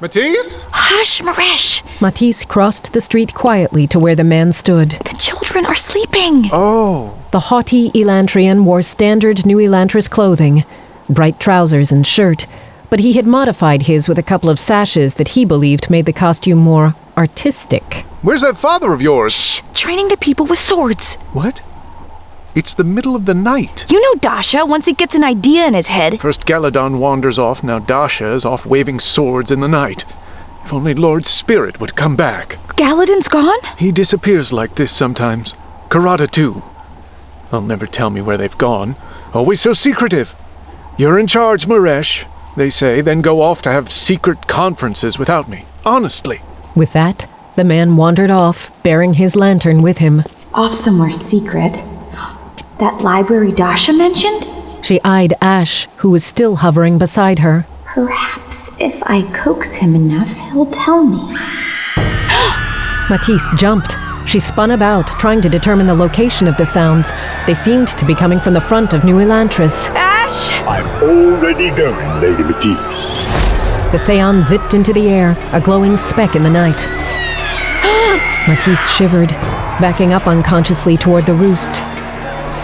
Matthias? Hush, Marish! Matisse crossed the street quietly to where the man stood. The children are sleeping! Oh. The haughty Elantrian wore standard New Elantris clothing, bright trousers and shirt, but he had modified his with a couple of sashes that he believed made the costume more artistic. Where's that father of yours? Training the people with swords. What? It's the middle of the night. You know Dasha, once he gets an idea in his head. First Galadon wanders off, now Dasha is off waving swords in the night. If only Lord Spirit would come back. Galadin's gone? He disappears like this sometimes. Karada, too. They'll never tell me where they've gone. Always so secretive. You're in charge, Muresh, they say, then go off to have secret conferences without me. Honestly. With that, the man wandered off, bearing his lantern with him. Off somewhere secret. That library Dasha mentioned? She eyed Ash, who was still hovering beside her. Perhaps if I coax him enough, he'll tell me. Matisse jumped. She spun about, trying to determine the location of the sounds. They seemed to be coming from the front of New Elantris. Ash! I'm already going, Lady Matisse. The Seon zipped into the air, a glowing speck in the night. Matisse shivered, backing up unconsciously toward the roost.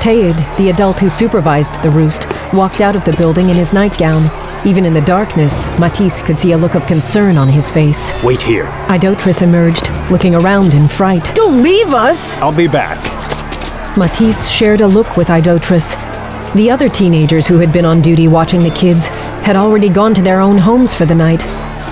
Taid, the adult who supervised the roost, walked out of the building in his nightgown. Even in the darkness, Matisse could see a look of concern on his face. Wait here. Idotris emerged, looking around in fright. Don't leave us! I'll be back. Matisse shared a look with Idotris. The other teenagers who had been on duty watching the kids had already gone to their own homes for the night.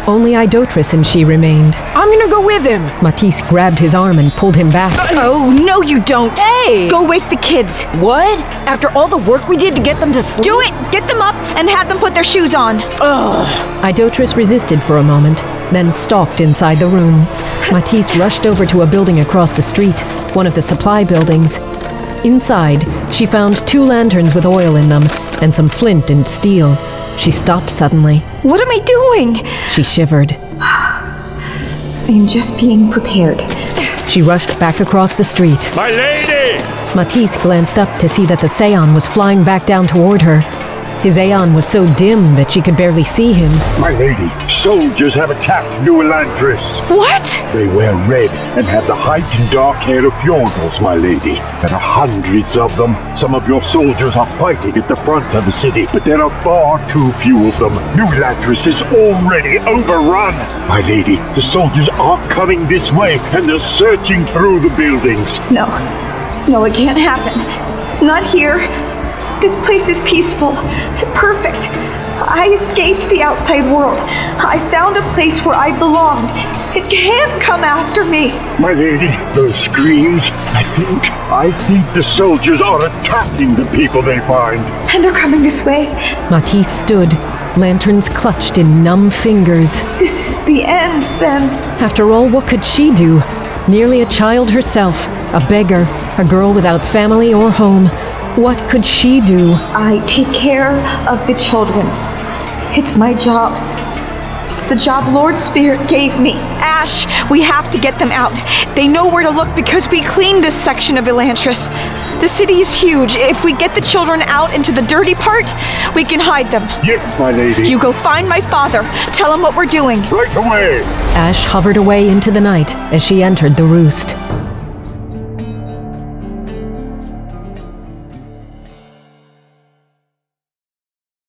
Only Idotris and she remained. I'm gonna go with him. Uh, Matisse grabbed his arm and pulled him back. Oh, no, you don't! Hey! Go wake the kids! What? After all the work we did to get them to sleep? Do it! Get them up and have them put their shoes on! Idotris resisted for a moment, then stalked inside the room. Matisse rushed over to a building across the street, one of the supply buildings. Inside, she found two lanterns with oil in them and some flint and steel. She stopped suddenly. What am I doing? She shivered. I'm just being prepared. She rushed back across the street. My lady! Matisse glanced up to see that the Seon was flying back down toward her. His Aeon was so dim that she could barely see him. My lady, soldiers have attacked New Elantris. What? They wear red and have the height and dark hair of Fjordals, my lady. There are hundreds of them. Some of your soldiers are fighting at the front of the city, but there are far too few of them. New Elantris is already overrun. My lady, the soldiers are coming this way, and they're searching through the buildings. No. No, it can't happen. Not here. This place is peaceful. Perfect. I escaped the outside world. I found a place where I belonged. It can't come after me. My lady, those screams. I think, I think the soldiers are attacking the people they find. And they're coming this way. Matisse stood, lanterns clutched in numb fingers. This is the end, then. After all, what could she do? Nearly a child herself, a beggar, a girl without family or home. What could she do? I take care of the children. It's my job. It's the job Lord Spirit gave me. Ash, we have to get them out. They know where to look because we cleaned this section of Elantris. The city is huge. If we get the children out into the dirty part, we can hide them. Yes, my lady. You go find my father. Tell him what we're doing. Right away. Ash hovered away into the night as she entered the roost.